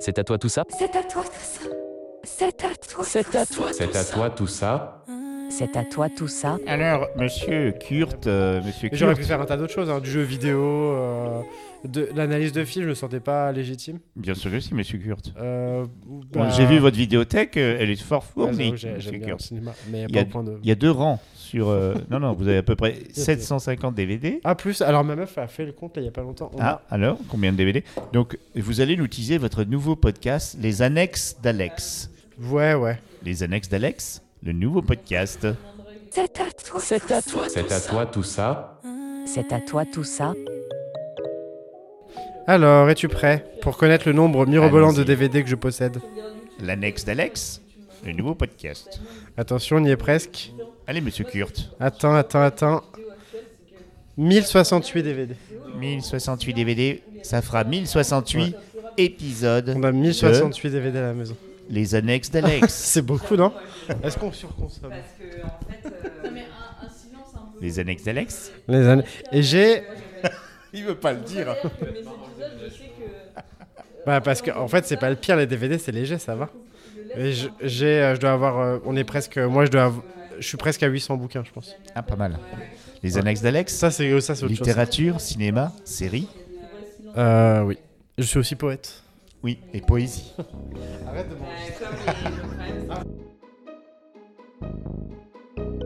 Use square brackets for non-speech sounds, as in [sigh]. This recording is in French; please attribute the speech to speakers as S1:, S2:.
S1: C'est à toi tout ça
S2: C'est à toi tout ça. C'est à toi.
S1: C'est
S2: tout
S1: à
S2: ça.
S1: toi
S3: C'est
S1: tout
S3: à
S1: ça.
S3: toi tout ça
S4: C'est à toi tout ça.
S5: Alors, monsieur Kurt, euh, monsieur
S6: Mais J'aurais
S5: Kurt,
S6: pu faire un tas d'autres choses, hein, du jeu vidéo, euh, de l'analyse de film, je me sentais pas légitime.
S5: bien sûr que si, monsieur Kurt.
S6: Euh, ou-
S5: Bon,
S6: bah,
S5: J'ai vu votre vidéothèque, euh, elle est fort
S6: ah,
S5: fournie,
S6: j'avoue, j'ai-
S5: monsieur
S6: J'aime bien le
S5: Kurt.
S6: cinéma, mais y a
S5: Il
S6: pas au point de.
S5: Il y a deux rangs sur.
S6: [laughs]
S5: euh, non, non, vous avez à peu près 750 DVD.
S6: Ah plus, alors ma meuf a fait le compte là, il y a pas longtemps. On
S5: Ah, alors, combien de DVD Donc, vous allez nous teaser votre nouveau podcast, Les Annexes d'Alex.
S6: a- Ouais ouais.
S5: Les Annexes d'Alex, le nouveau podcast.
S2: C'est à toi.
S1: C'est à toi
S3: C'est à toi tout ça
S4: C'est à toi tout ça.
S6: Alors, es-tu prêt pour connaître le nombre mirobolant de
S5: Allons-y.
S6: DVD que je possède
S5: L'Annexe d'Alex, le nouveau podcast.
S6: Attention, on y est presque.
S5: Allez, monsieur Kurt.
S6: Attends, attends, attends. 1068 DVD.
S5: 1068 DVD, ça fera 1068 épisodes.
S6: On a 1068 DVD à la maison.
S5: Les Annexes d'Alex.
S6: [laughs] C'est beaucoup, non Est-ce qu'on surconsomme
S5: les Annexes d'Alex
S6: Les années. Et j'ai.
S5: [laughs] Il veut pas le dire.
S6: Bah, parce que, en fait, c'est pas le pire, les DVD, c'est léger, ça va. Et je- j'ai. euh, Je dois avoir. euh, On est presque. Moi, je dois. av- Je suis presque à 800 bouquins, je pense.
S5: Ah, pas mal. Les Annexes d'Alex
S6: Ça, c'est ça, c'est autre chose.
S5: Littérature, cinéma, série,
S6: Euh, oui. Je suis aussi poète.
S5: oui, et poésie.
S6: Arrête de